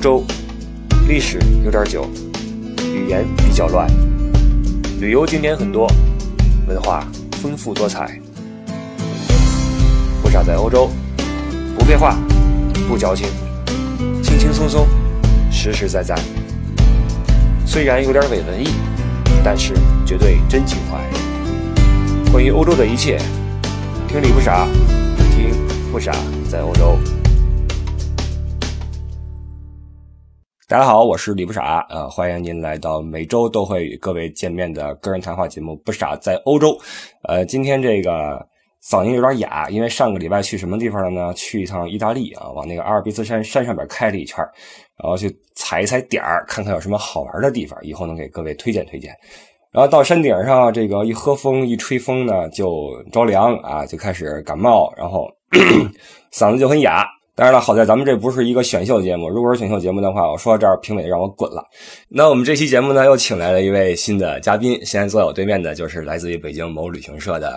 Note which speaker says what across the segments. Speaker 1: 州历史有点久，语言比较乱，旅游景点很多，文化丰富多彩。不傻在欧洲，不废话，不矫情，轻轻松松，实实在在。虽然有点伪文艺，但是绝对真情怀。关于欧洲的一切，听李不傻，听不傻在欧洲。大家好，我是李不傻，呃，欢迎您来到每周都会与各位见面的个人谈话节目《不傻在欧洲》。呃，今天这个嗓音有点哑，因为上个礼拜去什么地方了呢？去一趟意大利啊，往那个阿尔卑斯山山上边开了一圈，然后去踩一踩点儿，看看有什么好玩的地方，以后能给各位推荐推荐。然后到山顶上，这个一喝风一吹风呢，就着凉啊，就开始感冒，然后 嗓子就很哑。当然了，好在咱们这不是一个选秀节目，如果是选秀节目的话，我说到这儿，评委让我滚了。那我们这期节目呢，又请来了一位新的嘉宾，现在坐在我对面的就是来自于北京某旅行社的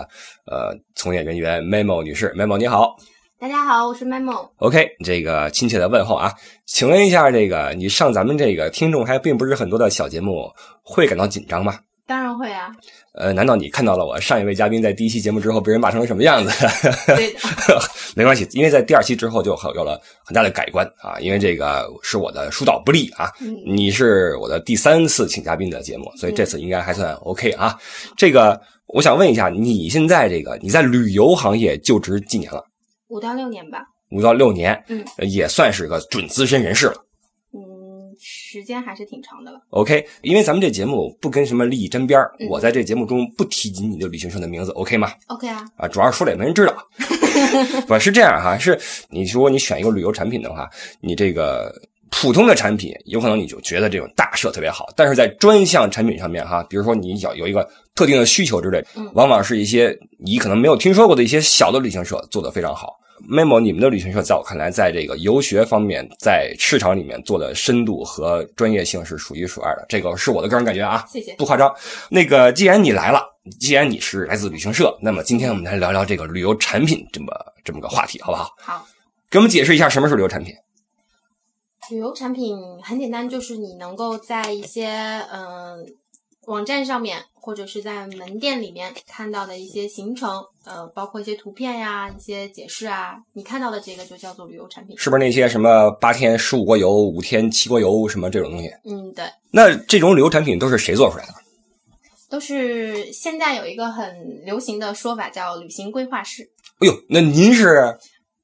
Speaker 1: 呃从业人员 Memo 女士，Memo 你好
Speaker 2: 大家好，我是 Memo。
Speaker 1: ，OK，这个亲切的问候啊，请问一下，这个你上咱们这个听众还并不是很多的小节目，会感到紧张吗？
Speaker 2: 当然会啊，
Speaker 1: 呃，难道你看到了我上一位嘉宾在第一期节目之后被人骂成了什么样子？
Speaker 2: 对的，
Speaker 1: 没关系，因为在第二期之后就有了很大的改观啊，因为这个是我的疏导不力啊。
Speaker 2: 嗯，
Speaker 1: 你是我的第三次请嘉宾的节目，所以这次应该还算 OK 啊。这个我想问一下，你现在这个你在旅游行业就职几年了？
Speaker 2: 五到六年吧，
Speaker 1: 五到六年，
Speaker 2: 嗯
Speaker 1: 呃，也算是个准资深人士了。
Speaker 2: 嗯，时间还是挺长的了。
Speaker 1: OK，因为咱们这节目不跟什么利益沾边儿
Speaker 2: 嗯
Speaker 1: 我在这节目中不提及你的旅行社的名字，OK 吗？
Speaker 2: OK 啊，
Speaker 1: 啊，主要是说了也没人知道。不是这样哈、是你如果你选一个旅游产品的话，你这个普通的产品有可能你就觉得这种大社特别好，但是在专项产品上面哈、比如说你有有一个特定的需求之类
Speaker 2: 嗯，
Speaker 1: 往往是一些你可能没有听说过的一些小的旅行社做得非常好。memo，你们的旅行社在我看来，在这个游学方面，在市场里面做的深度和专业性是数一数二的，这个是我的个人感觉啊。
Speaker 2: 谢谢。
Speaker 1: 不夸张。那个，既然你来了，既然你是来自旅行社，那么今天我们来聊聊这个旅游产品这么这么个话题，好不好？
Speaker 2: 好，
Speaker 1: 给我们解释一下什么是旅游产品。
Speaker 2: 旅游产品很简单，就是你能够在一些嗯、网站上面或者是在门店里面看到的一些行程，呃，包括一些图片呀、一些解释啊，你看到的这个就叫做旅游产品。
Speaker 1: 是不是那些什么八天十五国游、五天七国游什么这种东西？
Speaker 2: 嗯，对。
Speaker 1: 那这种旅游产品都是谁做出来的？
Speaker 2: 都是现在有一个很流行的说法叫旅行规划师，
Speaker 1: 哎呦，那您是？哎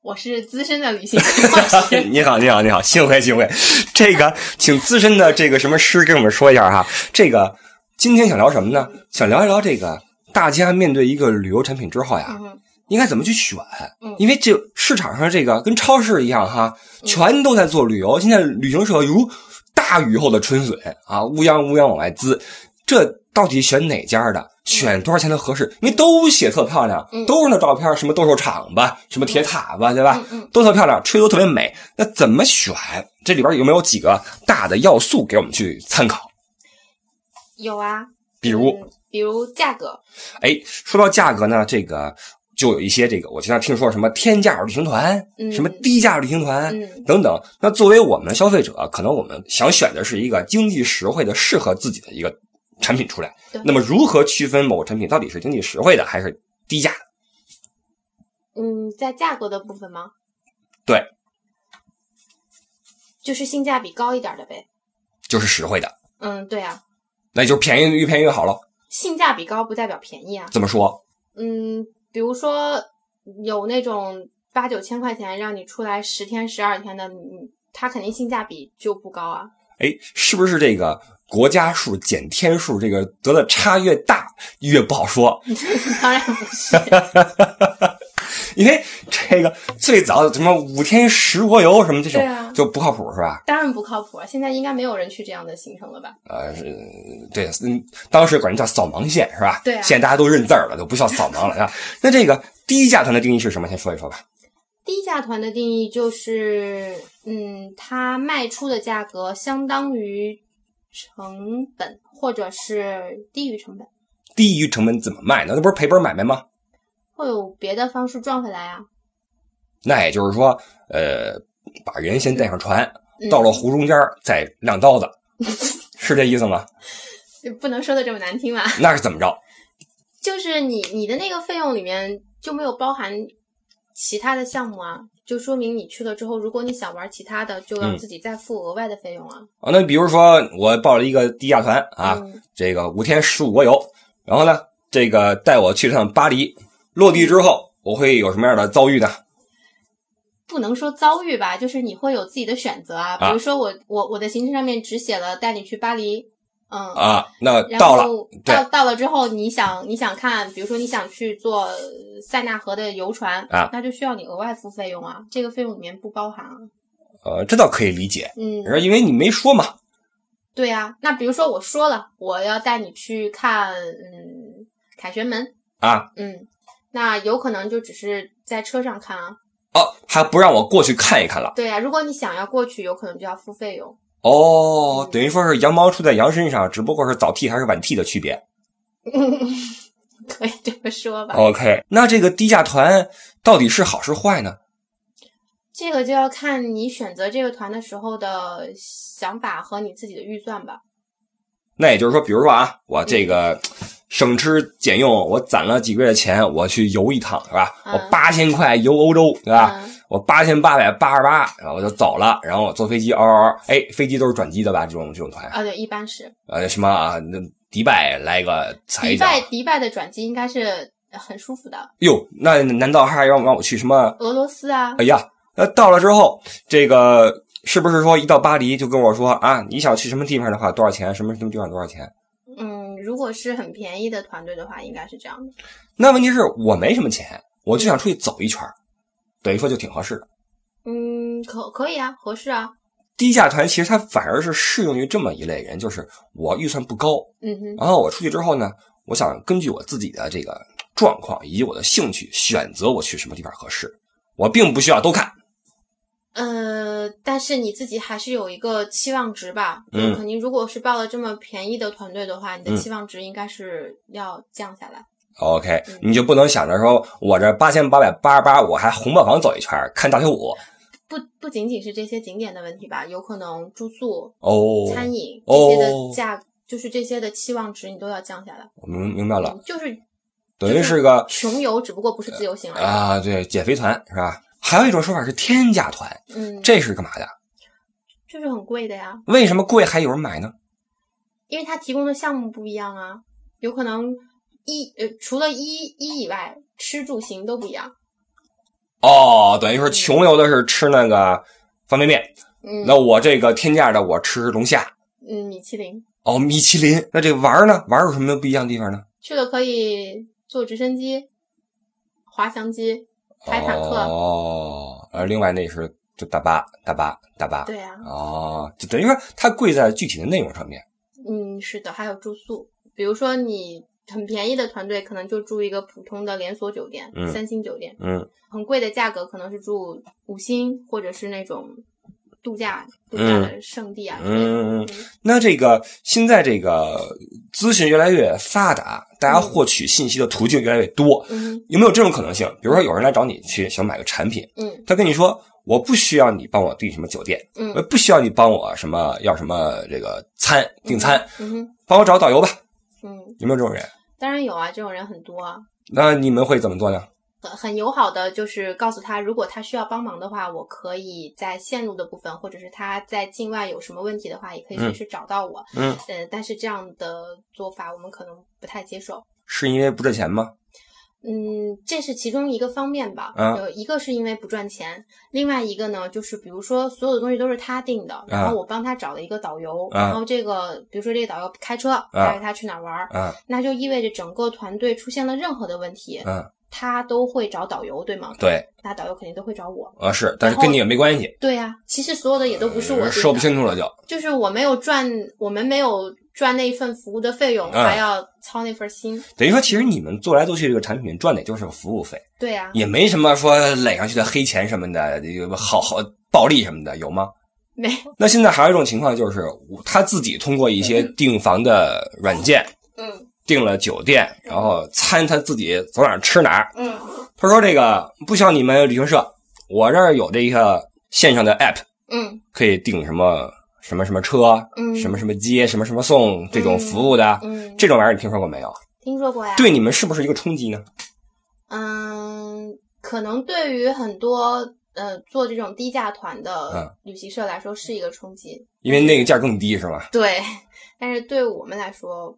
Speaker 2: 我是资深的旅行规划 师。
Speaker 1: 你好，你好，你好，幸会，幸会。这个，请资深的这个什么师跟我们说一下哈。这个今天想聊什么呢？想聊一聊这个大家面对一个旅游产品之后呀，
Speaker 2: 嗯哼。
Speaker 1: 应该怎么去选
Speaker 2: 嗯？
Speaker 1: 因为这市场上这个跟超市一样哈，
Speaker 2: 嗯
Speaker 1: 全都在做旅游。现在旅行社如大雨后的春笋啊，乌泱乌泱往外滋。这到底选哪家的？选多少钱的合适？因为都写特漂亮
Speaker 2: 嗯，
Speaker 1: 都是那照片，什么斗兽场吧，什么铁塔吧，对吧
Speaker 2: 嗯？嗯，
Speaker 1: 都特漂亮，吹得都特别美。那怎么选？这里边有没有几个大的要素给我们去参考？
Speaker 2: 有啊，
Speaker 1: 比如，
Speaker 2: 嗯比如价格，
Speaker 1: 哎，说到价格呢，这个就有一些这个，我经常听说什么天价旅行团，
Speaker 2: 嗯
Speaker 1: 什么低价旅行团。
Speaker 2: 嗯
Speaker 1: 等等，那作为我们的消费者，可能我们想选的是一个经济实惠的、适合自己的一个产品出来
Speaker 2: 对。
Speaker 1: 那么，如何区分某个产品到底是经济实惠的还是低价的？
Speaker 2: 嗯，在价格的部分吗？
Speaker 1: 对，
Speaker 2: 就是性价比高一点的呗。
Speaker 1: 就是实惠的，
Speaker 2: 嗯，对啊，
Speaker 1: 那就是便宜越便宜越好了。
Speaker 2: 性价比高不代表便宜啊。
Speaker 1: 怎么说？
Speaker 2: 嗯，比如说有那种八九千块钱让你出来十天十二天的，嗯，它肯定性价比就不高啊。
Speaker 1: 哎，是不是这个国家数减天数，这个得的差越大越不好说？
Speaker 2: 当然不是，
Speaker 1: 因为这个最早的什么五天十国游什么这种、
Speaker 2: 对啊
Speaker 1: 就不靠谱是吧？
Speaker 2: 当然不靠谱啊。现在应该没有人去这样的行程了吧？
Speaker 1: 呃，是对，嗯，当时管人叫扫盲线是吧？
Speaker 2: 对啊
Speaker 1: 现在大家都认字儿了，都不叫扫盲了是吧？ 那这个低价团的定义是什么？先说一说吧。
Speaker 2: 低价团的定义就是，嗯，它卖出的价格相当于成本，或者是低于成本，
Speaker 1: 低于成本怎么卖呢？那不是赔本买卖吗？
Speaker 2: 会有别的方式赚回来啊。
Speaker 1: 那也就是说，呃，把人先带上船，
Speaker 2: 嗯
Speaker 1: 到了湖中间儿再亮刀 子，是这意思吗？
Speaker 2: 不能说的这么难听吧？
Speaker 1: 那是怎么着？
Speaker 2: 就是你你的那个费用里面就没有包含其他的项目啊，就说明你去了之后，如果你想玩其他的，就要
Speaker 1: 嗯
Speaker 2: 自己再付额外的费用啊。
Speaker 1: 啊，那比如说我报了一个低价团啊，
Speaker 2: 嗯
Speaker 1: 这个五天十五国游，然后呢，这个带我去趟巴黎，落地之后我会有什么样的遭遇呢？
Speaker 2: 不能说遭遇吧，就是你会有自己的选择啊。比如说我、我我的行程上面只写了带你去巴黎，嗯，
Speaker 1: 啊，那
Speaker 2: 然
Speaker 1: 到了，
Speaker 2: 后
Speaker 1: 对
Speaker 2: 到到了之后，你想你想看，比如说你想去坐塞纳河的游船
Speaker 1: 啊
Speaker 2: 那就需要你额外付费用啊，这个费用里面不包含啊。
Speaker 1: 呃，这倒可以理解，
Speaker 2: 嗯，
Speaker 1: 因为你没说嘛，
Speaker 2: 对啊。那比如说我说了，我要带你去看嗯凯旋门
Speaker 1: 啊，
Speaker 2: 嗯，那有可能就只是在车上看啊。
Speaker 1: 哦，还不让我过去看一看了，
Speaker 2: 对啊，如果你想要过去，有可能就要付费用。
Speaker 1: 哦
Speaker 2: 嗯，
Speaker 1: 等于说是羊毛出在羊身上，只不过是早剃还是晚剃的区别。
Speaker 2: 可以这么说吧。
Speaker 1: OK，那这个低价团到底是好是坏呢？
Speaker 2: 这个就要看你选择这个团的时候的想法和你自己的预算吧。
Speaker 1: 那也就是说，比如说啊，我这个省吃俭用，我攒了几个月的钱，我去游一趟，是吧？
Speaker 2: 嗯
Speaker 1: 我八千块游欧洲，对吧？
Speaker 2: 嗯，
Speaker 1: 我八千八百八十八，然后我就走了，然后我坐飞机嗷嗷嗷，哎，飞机都是转机的吧？这种这种团，
Speaker 2: 啊，对，一般是。
Speaker 1: 呃，什么啊？那迪拜来个踩一
Speaker 2: 迪
Speaker 1: 脚，
Speaker 2: 拜迪拜的转机应该是很舒服的，
Speaker 1: 哟，那难道还让让我去什么？
Speaker 2: 俄罗斯啊，
Speaker 1: 哎呀，那到了之后，这个是不是说一到巴黎就跟我说啊，你想去什么地方的话多少钱？什么什么地方多少钱？
Speaker 2: 嗯，如果是很便宜的团队的话，应该是这样的。
Speaker 1: 那问题是我没什么钱，我就想出去走一圈儿，等于说就挺合适的。
Speaker 2: 嗯，可可以啊，合适啊，
Speaker 1: 低价团其实它反而是适用于这么一类人，就是我预算不高，
Speaker 2: 嗯哼，
Speaker 1: 然后我出去之后呢，我想根据我自己的这个状况以及我的兴趣选择我去什么地方合适，我并不需要都看。
Speaker 2: 呃，但是你自己还是有一个期望值吧，
Speaker 1: 嗯
Speaker 2: 就肯定如果是报了这么便宜的团队的话，你的
Speaker 1: 嗯
Speaker 2: 期望值应该是要降下来。
Speaker 1: OK，
Speaker 2: 嗯
Speaker 1: 你就不能想着说我这八千八百八十八，我还红磨坊走一圈儿看大跳舞
Speaker 2: 不不仅仅是这些景点的问题吧，有可能住宿、
Speaker 1: 哦。
Speaker 2: 餐饮这
Speaker 1: 哦
Speaker 2: 些的价，就是这些的期望值你都要降下来。
Speaker 1: 我明明白了，
Speaker 2: 嗯就是
Speaker 1: 等于是个
Speaker 2: 穷游，只不过不是自由行而已。
Speaker 1: 啊，对，减肥团是吧？还有一种说法是天价团，
Speaker 2: 嗯，
Speaker 1: 这是干嘛的？
Speaker 2: 就是很贵的呀，
Speaker 1: 为什么贵还有人买呢？
Speaker 2: 因为它提供的项目不一样啊，有可能一呃除了一一以外，吃住行都不一样。
Speaker 1: 哦，等于说穷游的是吃那个方便面，
Speaker 2: 嗯
Speaker 1: 那我这个天价的我吃龙虾，
Speaker 2: 嗯，米其林
Speaker 1: 哦，米其林。那这玩儿呢？玩儿有什么不一样的地方呢？
Speaker 2: 去了可以坐直升机、滑翔机、开坦克，
Speaker 1: 哦，呃，另外那是就大巴，大巴，大巴。
Speaker 2: 对啊，
Speaker 1: 哦，就等于说它贵在具体的内容上面。
Speaker 2: 嗯是的，还有住宿，比如说你很便宜的团队可能就住一个普通的连锁酒店，
Speaker 1: 嗯
Speaker 2: 三星酒店，
Speaker 1: 嗯
Speaker 2: 很贵的价格可能是住五星或者是那种度假度假的圣地啊之类的。
Speaker 1: 嗯嗯嗯。那这个现在这个资讯越来越发达，大家
Speaker 2: 嗯
Speaker 1: 获取信息的途径越来越多，
Speaker 2: 嗯
Speaker 1: 有没有这种可能性？比如说有人来找你去想买个产品，
Speaker 2: 嗯
Speaker 1: 他跟你说。我不需要你帮我订什么酒店，
Speaker 2: 嗯
Speaker 1: 我不需要你帮我什么要什么这个餐订餐，
Speaker 2: 嗯哼
Speaker 1: 帮我找导游吧。
Speaker 2: 嗯。
Speaker 1: 有没有这种人？
Speaker 2: 当然有啊，这种人很多啊，
Speaker 1: 那你们会怎么做呢？
Speaker 2: 很很友好的，就是告诉他，如果他需要帮忙的话，我可以在线路的部分，或者是他在境外有什么问题的话，也可以随时找到我。
Speaker 1: 嗯，
Speaker 2: 呃，但是这样的做法我们可能不太接受。
Speaker 1: 是因为不挣钱吗？
Speaker 2: 嗯，这是其中一个方面吧。
Speaker 1: 啊
Speaker 2: 有一个是因为不赚钱，另外一个呢，就是比如说所有的东西都是他定的，然后我帮他找了一个导游，
Speaker 1: 啊
Speaker 2: 然后这个比如说这个导游开车带着他去哪儿玩儿，
Speaker 1: 啊，
Speaker 2: 那就意味着整个团队出现了任何的问题，
Speaker 1: 嗯，
Speaker 2: 他都会找导游，对吗？
Speaker 1: 对，
Speaker 2: 那导游肯定都会找我。
Speaker 1: 啊是，但是
Speaker 2: 然后
Speaker 1: 跟你也没关系，
Speaker 2: 对呀、其实所有的也都不是我定的
Speaker 1: 呃说不清楚了就。
Speaker 2: 就是我没有赚，我们没有赚那一份服务的费用，
Speaker 1: 嗯
Speaker 2: 还要操那份心。
Speaker 1: 等于说，其实你们做来做去这个产品赚的也就是个服务费，
Speaker 2: 对啊呀、
Speaker 1: 也没什么说垒上去的黑钱什么的，有好好暴利什么的有吗？
Speaker 2: 没
Speaker 1: 那现在还有一种情况就是，他自己通过一些订房的软件
Speaker 2: 嗯
Speaker 1: 订了酒店，然后餐他自己走哪儿吃哪儿，
Speaker 2: 嗯
Speaker 1: 他说这个不需要你们旅行社，我这儿有这个线上的 app，
Speaker 2: 嗯
Speaker 1: 可以订什么什么什么车，啊
Speaker 2: 嗯，
Speaker 1: 什么什么接，什么什么送这种服务的，
Speaker 2: 嗯，
Speaker 1: 这种玩意儿你听说过没有？
Speaker 2: 听说过呀。
Speaker 1: 对你们是不是一个冲击呢？
Speaker 2: 嗯，可能对于很多呃做这种低价团的
Speaker 1: 嗯
Speaker 2: 旅行社来说是一个冲击，
Speaker 1: 因为那个价儿更低是吧？
Speaker 2: 对，但是对我们来说，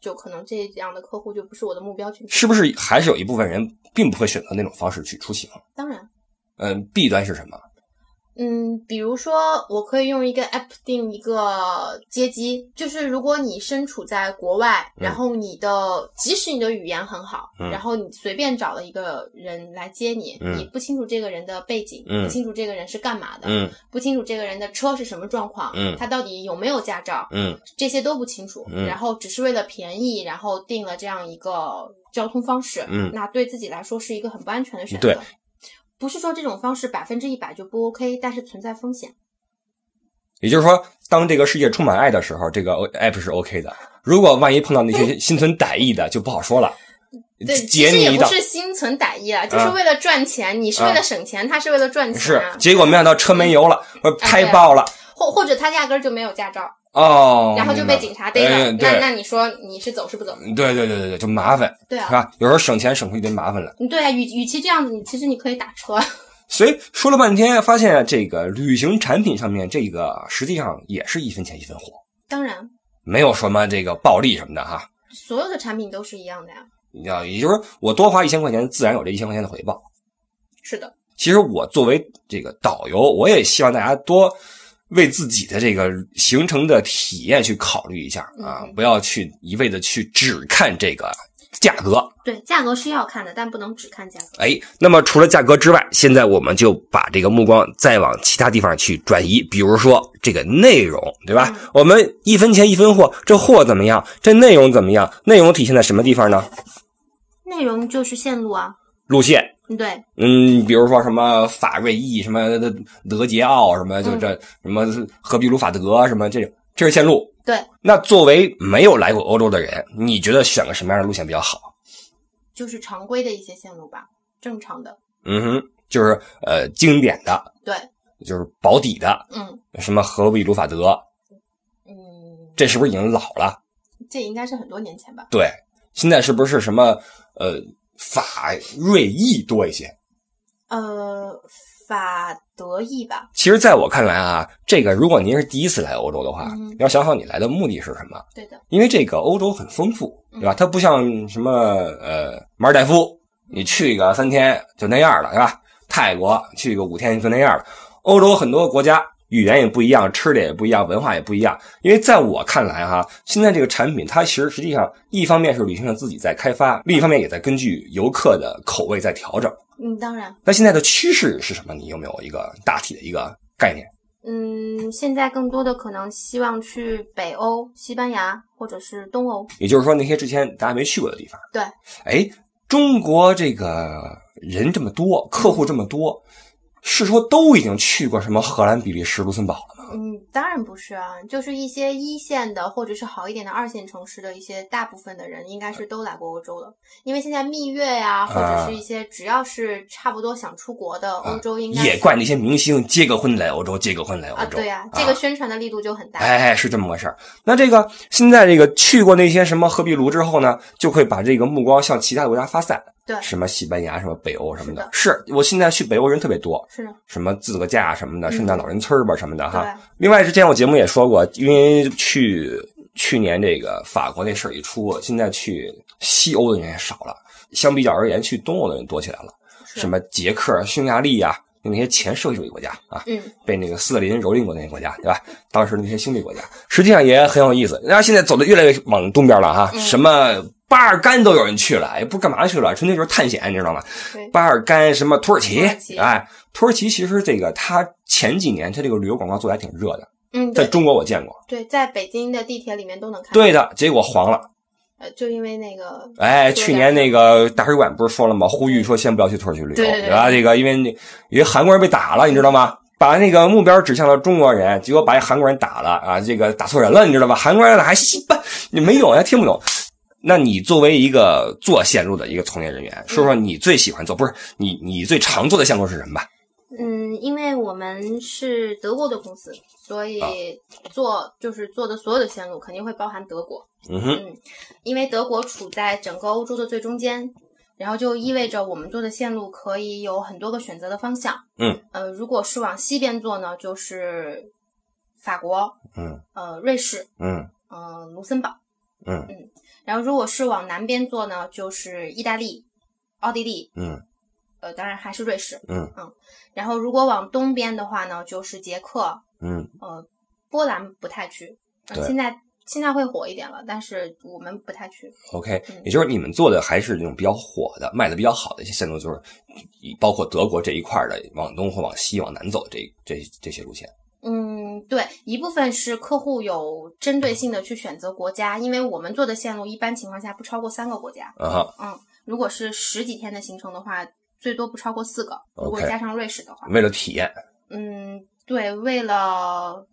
Speaker 2: 就可能这样的客户就不是我的目标群体。
Speaker 1: 是不是还是有一部分人并不会选择那种方式去出行？
Speaker 2: 当然，
Speaker 1: 嗯，弊端是什么？
Speaker 2: 嗯，比如说我可以用一个 app 定一个接机，就是如果你身处在国外，
Speaker 1: 嗯
Speaker 2: 然后你的即使你的语言很好，
Speaker 1: 嗯
Speaker 2: 然后你随便找了一个人来接你，
Speaker 1: 嗯
Speaker 2: 你不清楚这个人的背景，
Speaker 1: 嗯
Speaker 2: 不清楚这个人是干嘛的，
Speaker 1: 嗯
Speaker 2: 不清楚这个人的车是什么状况，
Speaker 1: 嗯
Speaker 2: 他到底有没有驾照，
Speaker 1: 嗯
Speaker 2: 这些都不清楚，
Speaker 1: 嗯
Speaker 2: 然后只是为了便宜，然后定了这样一个交通方式，
Speaker 1: 嗯
Speaker 2: 那对自己来说是一个很不安全的选择。
Speaker 1: 对
Speaker 2: 不是说这种方式百分之一百就不 OK，但是存在风险。
Speaker 1: 也就是说，当这个世界充满爱的时候，这个 O- app 是 OK 的。如果万一碰到那些心存歹意的，就不好说了。
Speaker 2: 对，其
Speaker 1: 截
Speaker 2: 实
Speaker 1: 你
Speaker 2: 也
Speaker 1: 一嗯
Speaker 2: 不
Speaker 1: 刀
Speaker 2: 是心存歹意啊，就是为了赚钱，你是为了省钱，他是为了赚钱
Speaker 1: 是
Speaker 2: 啊，，
Speaker 1: 结果没想到车没油了，或者
Speaker 2: 哎
Speaker 1: 胎
Speaker 2: 对
Speaker 1: 爆了，
Speaker 2: 或或者他压根儿就没有驾照，
Speaker 1: 哦，
Speaker 2: 然后就被警察逮了。
Speaker 1: 哎
Speaker 2: 那
Speaker 1: 对
Speaker 2: 那你说你是走是不走？
Speaker 1: 明白对对对对对，就麻烦，
Speaker 2: 对
Speaker 1: 是
Speaker 2: 啊，
Speaker 1: 吧？有时候省钱省出一堆麻烦来。
Speaker 2: 对啊，与与其这样子，你其实你可以打车。
Speaker 1: 所以说了半天，发现这个旅行产品上面，这个实际上也是一分钱一分货，
Speaker 2: 当然，
Speaker 1: 没有什么这个暴利什么的哈。
Speaker 2: 所有的产品都是一样的呀。
Speaker 1: 你知道，也就是说，我多花一千块钱，自然有这一千块钱的回报。
Speaker 2: 是的，
Speaker 1: 其实我作为这个导游，我也希望大家多为自己的这个行程的体验去考虑一下啊
Speaker 2: 嗯，
Speaker 1: 不要去一味的去只看这个价格。
Speaker 2: 对，价格是要看的，但不能只看价格。
Speaker 1: 哎，那么除了价格之外，现在我们就把这个目光再往其他地方去转移，比如说这个内容，对吧？
Speaker 2: 嗯
Speaker 1: 我们一分钱一分货，这货怎么样？这内容怎么样？内容体现在什么地方呢？
Speaker 2: 内容就是线路啊，
Speaker 1: 路线，
Speaker 2: 对，
Speaker 1: 嗯，比如说什么法瑞意，什么德捷奥，什么就
Speaker 2: 嗯
Speaker 1: 这、什么荷比卢法德，什么这种，这是线路。
Speaker 2: 对，
Speaker 1: 那作为没有来过欧洲的人，你觉得选个什么样的路线比较好？
Speaker 2: 就是常规的一些线路吧，正常的。
Speaker 1: 嗯哼，就是呃经典的，
Speaker 2: 对，
Speaker 1: 就是保底的，
Speaker 2: 嗯
Speaker 1: 什么荷比卢法德，
Speaker 2: 嗯，
Speaker 1: 这是不是已经老了？
Speaker 2: 这应该是很多年前吧？
Speaker 1: 对，现在是不是什么呃法瑞意多一些？
Speaker 2: 呃，法德意吧，
Speaker 1: 其实，在我看来啊，这个如果您是第一次来欧洲的话，
Speaker 2: 嗯
Speaker 1: 你要想好你来的目的是什么，
Speaker 2: 对的，
Speaker 1: 因为这个欧洲很丰富，对吧？
Speaker 2: 嗯
Speaker 1: 它不像什么呃马尔代夫，你去个三天就那样了，对吧？泰国去个五天就那样了。欧洲很多国家语言也不一样，吃的也不一样，文化也不一样。因为在我看来哈、现在这个产品它其实实际上一方面是旅行社自己在开发，另一方面也在根据游客的口味在调整。
Speaker 2: 嗯，当然，
Speaker 1: 那现在的趋势是什么？你有没有一个大体的一个概念？
Speaker 2: 嗯，现在更多的可能希望去北欧、西班牙或者是东欧，
Speaker 1: 也就是说那些之前大家没去过的地方。
Speaker 2: 对，
Speaker 1: 哎，中国这个人这么多，客户这么多，是说都已经去过什么荷兰、比利时、卢森堡了吗？
Speaker 2: 嗯，当然不是啊，就是一些一线的或者是好一点的二线城市的一些大部分的人，应该是都来过欧洲了。因为现在蜜月呀、或者
Speaker 1: 啊
Speaker 2: 是一些只要是差不多想出国的欧洲，应该是
Speaker 1: 也怪那些明星结个婚来欧洲，结个婚哦来欧
Speaker 2: 啊，
Speaker 1: 洲。
Speaker 2: 对呀、这个宣传的力度就很大。
Speaker 1: 哎，是这么回事儿。那这个现在这个去过那些什么荷比卢之后呢，就会把这个目光向其他国家发散。
Speaker 2: 对
Speaker 1: 什么西班牙、什么北欧什么的
Speaker 2: 是的，
Speaker 1: 是我现在去北欧人特别多，
Speaker 2: 是的，
Speaker 1: 什么自个架什么的，
Speaker 2: 嗯
Speaker 1: 圣诞老人村儿吧什么的啊哈。
Speaker 2: 对，
Speaker 1: 另外，之前我节目也说过，因为去去年这个法国那事儿一出，现在去西欧的人也少了，相比较而言，去东欧的人多起来了。
Speaker 2: 是
Speaker 1: 什？么捷克、匈牙利呀、那些前社会主义国家啊，
Speaker 2: 嗯，
Speaker 1: 被那个斯大林蹂躏过那些国家，对吧？当时那些兄弟国家，实际上也很有意思。然后现在走的越来越往东边了哈，
Speaker 2: 嗯
Speaker 1: 什么巴尔干都有人去了，也不知干嘛去了，纯粹就是探险，你知道吗？
Speaker 2: 对，
Speaker 1: 巴尔干什么土耳其
Speaker 2: 土耳，其
Speaker 1: 哎，土耳其其实这个它前几年它这个旅游广告做的还挺热的。
Speaker 2: 嗯，
Speaker 1: 在
Speaker 2: 对
Speaker 1: 中国我见过。
Speaker 2: 对，在北京的地铁里面都能看到。
Speaker 1: 对的，结果黄了。
Speaker 2: 呃，就因为那个，
Speaker 1: 哎，
Speaker 2: 对的
Speaker 1: 去年那个大使馆不是说了吗？呼吁说先不要去土耳其旅游，
Speaker 2: 对对对
Speaker 1: 吧？这个因为那因为韩国人被打了，你知道吗？把那个目标指向了中国人，结果把韩国人打了啊！这个打错人了，你知道吧？韩国人还西吧，你没有呀，听不懂。那你作为一个
Speaker 2: 嗯
Speaker 1: 做线路的一个从业人员，说说你最喜欢做，不是你你最常做的线路是什么吧？
Speaker 2: 嗯，因为我们是德国的公司，
Speaker 1: 啊
Speaker 2: 所以做就是做的所有的线路肯定会包含德国，
Speaker 1: 嗯哼，
Speaker 2: 因为德国处在整个欧洲的最中间，然后就意味着我们做的线路可以有很多个选择的方向。
Speaker 1: 嗯，
Speaker 2: 呃，如果是往西边做呢，就是法国，
Speaker 1: 嗯，
Speaker 2: 呃，瑞士，
Speaker 1: 嗯
Speaker 2: 嗯、卢森堡，
Speaker 1: 嗯
Speaker 2: 嗯，然后如果是往南边做呢，就是意大利、奥地利，
Speaker 1: 嗯
Speaker 2: 呃，当然还是瑞士，
Speaker 1: 嗯
Speaker 2: 然后如果往东边的话呢，就是捷克、
Speaker 1: 嗯，
Speaker 2: 波兰不太去，呃
Speaker 1: 对
Speaker 2: 现在现在会火一点了，但是我们不太去。
Speaker 1: OK，
Speaker 2: 嗯
Speaker 1: 也就是你们做的还是那种比较火的、卖的比较好的一些线路，就是包括德国这一块儿的，往东或往西、往南走这这这些路线。
Speaker 2: 嗯，对，一部分是客户有针对性的去选择国家，因为我们做的线路一般情况下不超过三个国家。
Speaker 1: 啊哈，
Speaker 2: 如果是十几天的行程的话，最多不超过四个。如果
Speaker 1: OK
Speaker 2: 加上瑞士的话，
Speaker 1: 为了体验，
Speaker 2: 嗯，对，为了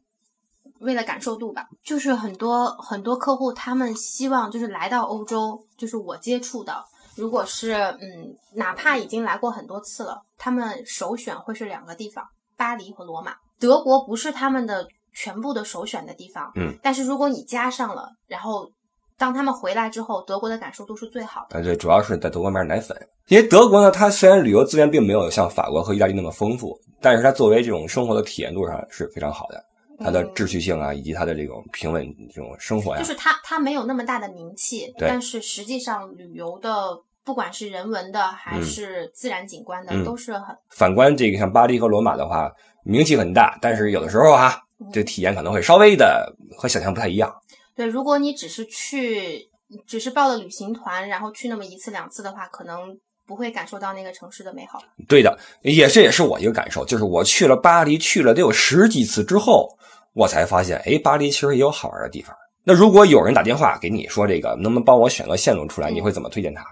Speaker 2: 为了感受度吧，就是很多很多客户他们希望就是来到欧洲，就是我接触的，如果是嗯，哪怕已经来过很多次了，他们首选会是两个地方，巴黎和罗马。德国不是他们的全部的首选的地方，
Speaker 1: 嗯，
Speaker 2: 但是如果你加上了，然后当他们回来之后，德国的感受度是最好的。
Speaker 1: 啊，对，主要是在德国买奶粉，因为德国呢，它虽然旅游资源并没有像法国和意大利那么丰富，但是它作为这种生活的体验度上是非常好的，它的
Speaker 2: 嗯
Speaker 1: 秩序性啊，以及它的这种平稳这种生活呀、
Speaker 2: 就是它它没有那么大的名气，
Speaker 1: 啊对
Speaker 2: 但是实际上旅游的不管是人文的还
Speaker 1: 嗯
Speaker 2: 是自然景观的，
Speaker 1: 嗯
Speaker 2: 都是很
Speaker 1: 反观这个像巴黎和罗马的话，名气很大，但是有的时候啊，这体验可能会稍微的和想象不太一样。
Speaker 2: 嗯对。如果你只是去，只是报了旅行团，然后去那么一次两次的话，可能不会感受到那个城市的美好。
Speaker 1: 对的，也这也是我一个感受，就是我去了巴黎，去了得有十几次之后，我才发现，哎，巴黎其实也有好玩的地方。那如果有人打电话给你说这个，能不能帮我选个线路出来？
Speaker 2: 嗯
Speaker 1: 你会怎么推荐他？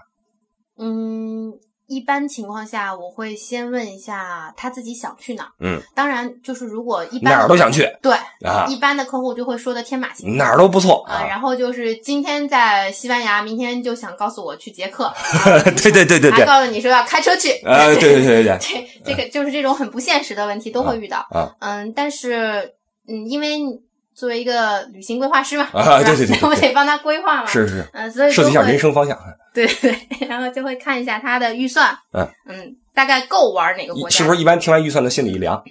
Speaker 2: 嗯，一般情况下，我会先问一下他自己想去哪儿。
Speaker 1: 嗯，
Speaker 2: 当然就是如果一般
Speaker 1: 哪儿都想去
Speaker 2: 对、
Speaker 1: 啊
Speaker 2: 一般的客户就会说的天马行空，
Speaker 1: 哪儿都不错
Speaker 2: 啊，
Speaker 1: 啊！
Speaker 2: 然后就是今天在西班牙，明天就想告诉我去 捷克，
Speaker 1: 对对对对
Speaker 2: 还
Speaker 1: 对，
Speaker 2: 告诉你说要开车去，
Speaker 1: 呃，对对对对对，
Speaker 2: 这这个就是这种很不现实的问题都会遇到，
Speaker 1: 啊
Speaker 2: 嗯，但是嗯，因为你作为一个旅行规划师嘛，
Speaker 1: 啊
Speaker 2: 是吧
Speaker 1: 对对对对
Speaker 2: 我们得帮他规划嘛，，
Speaker 1: 是是，
Speaker 2: 嗯，所以
Speaker 1: 设
Speaker 2: 就
Speaker 1: 计一下
Speaker 2: 会
Speaker 1: 人生方向。
Speaker 2: 对对，对然后就会看一下他的预算，
Speaker 1: 嗯
Speaker 2: 大概够玩哪个国家，
Speaker 1: 是不是一般听完预算的心里一凉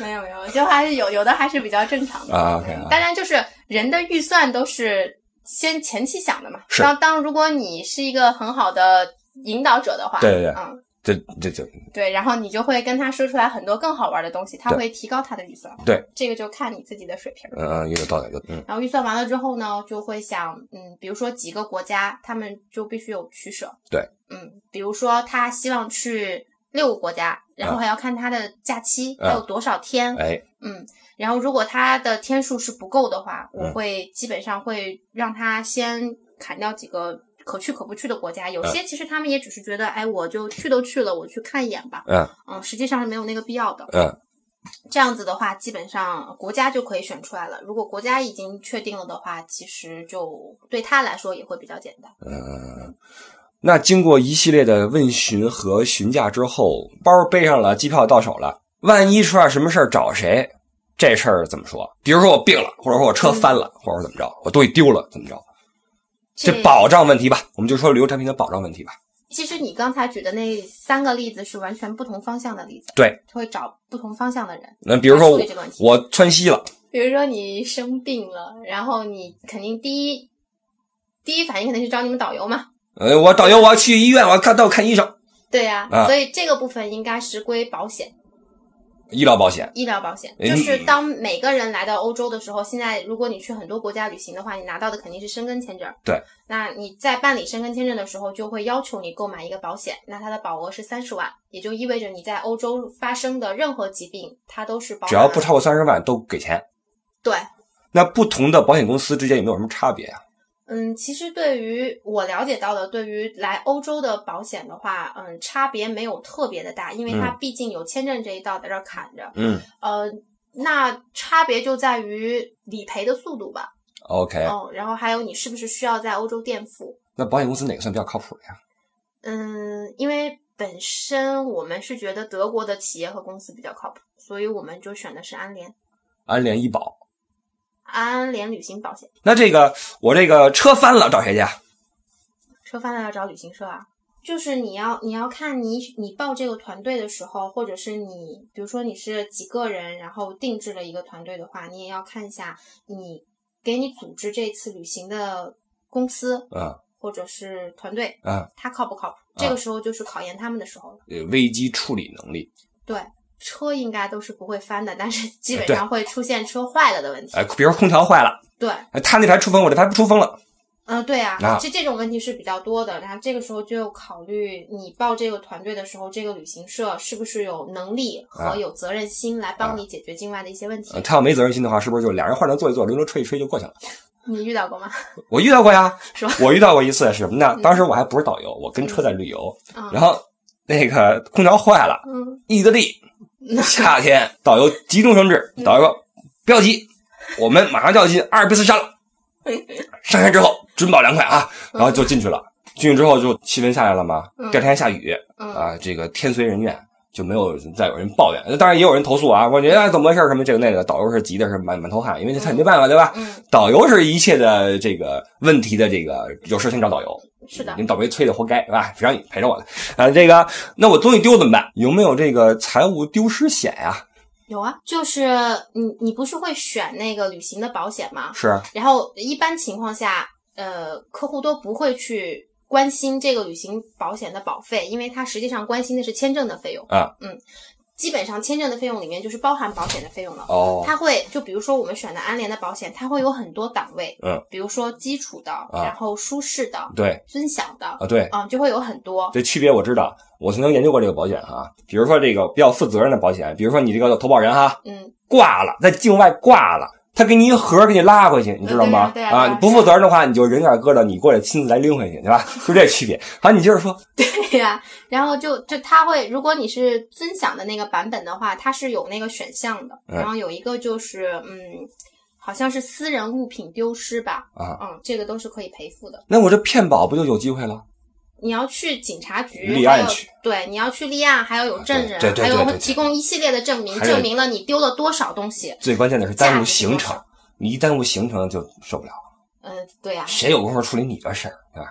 Speaker 2: 没有没有，就还是有有的还是比较正常的。
Speaker 1: 啊？OK
Speaker 2: 嗯
Speaker 1: 啊，
Speaker 2: 当然，就是人的预算都是先前期想的嘛。
Speaker 1: 是
Speaker 2: 当当如果你是一个很好的引导者的话，
Speaker 1: 对对对
Speaker 2: 嗯，
Speaker 1: 这这这
Speaker 2: 对，然后你就会跟他说出来很多更好玩的东西，他
Speaker 1: 对
Speaker 2: 会提高他的预算。
Speaker 1: 对，
Speaker 2: 这个就看你自己的水平。
Speaker 1: 嗯嗯，有道理，有嗯
Speaker 2: 然后预算完了之后呢，就会想，嗯，比如说几个国家，他们就必须有取舍。
Speaker 1: 对，
Speaker 2: 嗯，比如说他希望去六个国家，然后还要看他的假期、
Speaker 1: 嗯
Speaker 2: 还有多少天，
Speaker 1: 哎
Speaker 2: 嗯，然后如果他的天数是不够的话，我
Speaker 1: 嗯
Speaker 2: 会基本上会让他先砍掉几个可去可不去的国家。有
Speaker 1: 嗯
Speaker 2: 些其实他们也只是觉得，哎，我就去都去了，我去看一眼吧。
Speaker 1: 嗯
Speaker 2: 嗯，实际上是没有那个必要的。
Speaker 1: 嗯
Speaker 2: 这样子的话，基本上国家就可以选出来了。如果国家已经确定了的话，其实就对他来说也会比较简单。
Speaker 1: 嗯。那经过一系列的问询和询价之后，包背上了，机票到手了，万一出点什么事儿找谁？这事儿怎么说？比如说我病了，或者说我车翻了，或者说怎么着，我东西丢了，怎么着？这保障问题吧，我们就说旅游产品的保障问题吧。
Speaker 2: 其实你刚才举的那三个例子是完全不同方向的例子，
Speaker 1: 对，
Speaker 2: 会找不同方向的人。
Speaker 1: 那比如说我
Speaker 2: 来处理这个问题
Speaker 1: 我窜稀了，
Speaker 2: 比如说你生病了，然后你肯定第一第一反应肯定是找你们导游嘛，
Speaker 1: 呃，我导游我要去医院，我要看到看医生，
Speaker 2: 对呀、
Speaker 1: 啊
Speaker 2: 所以这个部分应该是归保险、
Speaker 1: 医疗保险。
Speaker 2: 医疗保险。
Speaker 1: 哎
Speaker 2: 就是当每个人来到欧洲的时候，现在如果你去很多国家旅行的话，你拿到的肯定是申根签证。
Speaker 1: 对，
Speaker 2: 那你在办理申根签证的时候，就会要求你购买一个保险，那它的保额是三十万，也就意味着你在欧洲发生的任何疾病，它都是保
Speaker 1: 只要不
Speaker 2: 满
Speaker 1: 超过三十万都给钱。
Speaker 2: 哦对。
Speaker 1: 那不同的保险公司之间有没有什么差别啊？
Speaker 2: 嗯，其实对于我了解到的，对于来欧洲的保险的话，嗯，差别没有特别的大，因为它毕竟有签证这一道在这儿砍着。
Speaker 1: 嗯
Speaker 2: 呃，那差别就在于理赔的速度吧。
Speaker 1: ，OK，、
Speaker 2: 哦，然后还有你是不是需要在欧洲垫付？
Speaker 1: 那保险公司哪个算比较靠谱的呀？
Speaker 2: 嗯，因为本身我们是觉得德国的企业和公司比较靠谱，所以我们就选的是安联
Speaker 1: 安联医保。
Speaker 2: 安联旅行保险。
Speaker 1: 那这个我这个车翻了，找谁去啊？
Speaker 2: 车翻了要找旅行社啊？就是你要你要看你你报这个团队的时候，或者是你比如说你是几个人，然后定制了一个团队的话，你也要看一下你给你组织这次旅行的公司
Speaker 1: 啊
Speaker 2: 或者是团队，
Speaker 1: 啊，
Speaker 2: 它靠不靠谱？这个时候就是考验他们的时候了。
Speaker 1: 呃危机处理能力，
Speaker 2: 对，车应该都是不会翻的，但是基本
Speaker 1: 对
Speaker 2: 上会出现车坏了的问题。
Speaker 1: 哎，比如空调坏了，
Speaker 2: 对，
Speaker 1: 哎他那排出风，我这排不出风了，
Speaker 2: 嗯、对啊，
Speaker 1: 啊
Speaker 2: 这这种问题是比较多的。然后这个时候就考虑你报这个团队的时候，这个旅行社是不是有能力
Speaker 1: 啊
Speaker 2: 和有责任心来帮你解决境外的一些问题？
Speaker 1: 呃他要没责任心的话，是不是就俩人换着坐一坐，轮流吹一吹就过去了？
Speaker 2: 你遇到过吗？
Speaker 1: 我遇到过呀，
Speaker 2: 是吧
Speaker 1: 我遇到过一次是什么呢？
Speaker 2: 嗯
Speaker 1: 当时我还不是导游，我跟车在旅游，
Speaker 2: 啊、
Speaker 1: 然后那个空调坏了，
Speaker 2: 嗯，
Speaker 1: 意大利夏天，导游急中生智，
Speaker 2: 嗯
Speaker 1: 导游说不要急，我们马上就要进阿尔卑斯 山了，上山之后准保凉快啊，然后就进去了。进去之后就气温下来了嘛，
Speaker 2: 嗯
Speaker 1: 第二天下雨
Speaker 2: 嗯
Speaker 1: 啊，这个天随人愿，就没有再有人抱怨。那当然也有人投诉啊，我觉得哎怎么回事什么这个那个的，导游是急的是满满头汗，因为他也没办法对吧？
Speaker 2: 嗯，
Speaker 1: 导游是一切的这个问题的这个有事先找导游，
Speaker 2: 是的
Speaker 1: 你，们倒霉催的活该是吧？谁让你陪着我的？啊，这个那我东西丢怎么办？有没有这个财务丢失险呀、
Speaker 2: 有啊，就是你你不是会选那个旅行的保险吗？
Speaker 1: 是
Speaker 2: 然后一般情况下，呃，客户都不会去关心这个旅行保险的保费，因为他实际上关心的是签证的费用
Speaker 1: 啊。
Speaker 2: 嗯，基本上签证的费用里面就是包含保险的费用了。
Speaker 1: 哦，
Speaker 2: 它会就比如说我们选的安联的保险，它会有很多档位，
Speaker 1: 嗯，
Speaker 2: 比如说基础的，然后舒适的、
Speaker 1: 对
Speaker 2: 尊享的，
Speaker 1: 啊，对，
Speaker 2: 嗯，就会有很多。
Speaker 1: 这区别我知道，我曾经研究过这个保险哈、比如说这个比较负责任的保险，比如说你这个投保人哈、
Speaker 2: 嗯，
Speaker 1: 挂了，在境外挂了。他给你一盒，给你拉回去，你知道吗？
Speaker 2: 对啊对啊对啊
Speaker 1: 你不负责任的话，你就人有点疙瘩，你过来亲自来拎回去，对 吧？就这区别。好，你接着说。
Speaker 2: 对呀、然后就就它会，如果你是尊享的那个版本的话，它是有那个选项的，
Speaker 1: 嗯
Speaker 2: 然后有一个就是嗯，好像是私人物品丢失吧，
Speaker 1: 啊
Speaker 2: 嗯，这个都是可以赔付的。
Speaker 1: 那我这骗保不就有机会了？
Speaker 2: 你要去警察局
Speaker 1: 立
Speaker 2: 还
Speaker 1: 案
Speaker 2: 有
Speaker 1: 去啊
Speaker 2: 对，你要去立案，还要有证人，
Speaker 1: 对对对对
Speaker 2: 还有
Speaker 1: 对
Speaker 2: 会提供一系列的证明，
Speaker 1: 还有
Speaker 2: 证明了你丢了多少东西。
Speaker 1: 最关键的是耽误
Speaker 2: 价值
Speaker 1: 行
Speaker 2: 多
Speaker 1: 程
Speaker 2: 少，
Speaker 1: 你一耽误行程就受不了。
Speaker 2: 嗯、对呀、
Speaker 1: 谁有功夫处理你的事儿，对吧？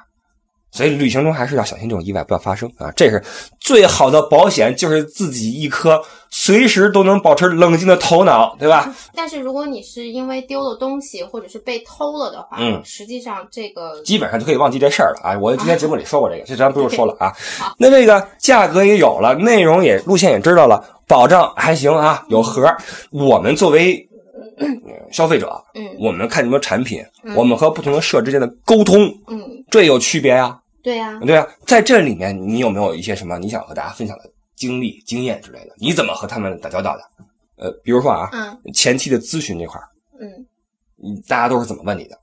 Speaker 1: 所以旅行中还是要小心这种意外不要发生啊！这是最好的保险，就是自己一颗随时都能保持冷静的头脑，对吧？
Speaker 2: 但是如果你是因为丢了东西或者是被偷了的话，
Speaker 1: 嗯
Speaker 2: 实际上这个
Speaker 1: 基本上就可以忘记这事儿了啊！我之前节目里说过这个，这咱不用说了啊。那这个价格也有了，内容也路线也知道了，保障还行啊，有盒儿。我们作为呃消费者，
Speaker 2: 嗯
Speaker 1: 我们看什么产品，
Speaker 2: 嗯
Speaker 1: 我们和不同的社之间的沟通，
Speaker 2: 嗯，
Speaker 1: 这有区别呀、
Speaker 2: 对呀、
Speaker 1: 对啊，在这里面你有没有一些什么你想和大家分享的经历、经验之类的？你怎么和他们打交道的？呃，比如说啊，
Speaker 2: 嗯
Speaker 1: 前期的咨询这块儿，
Speaker 2: 嗯
Speaker 1: 你大家都是怎么问你的？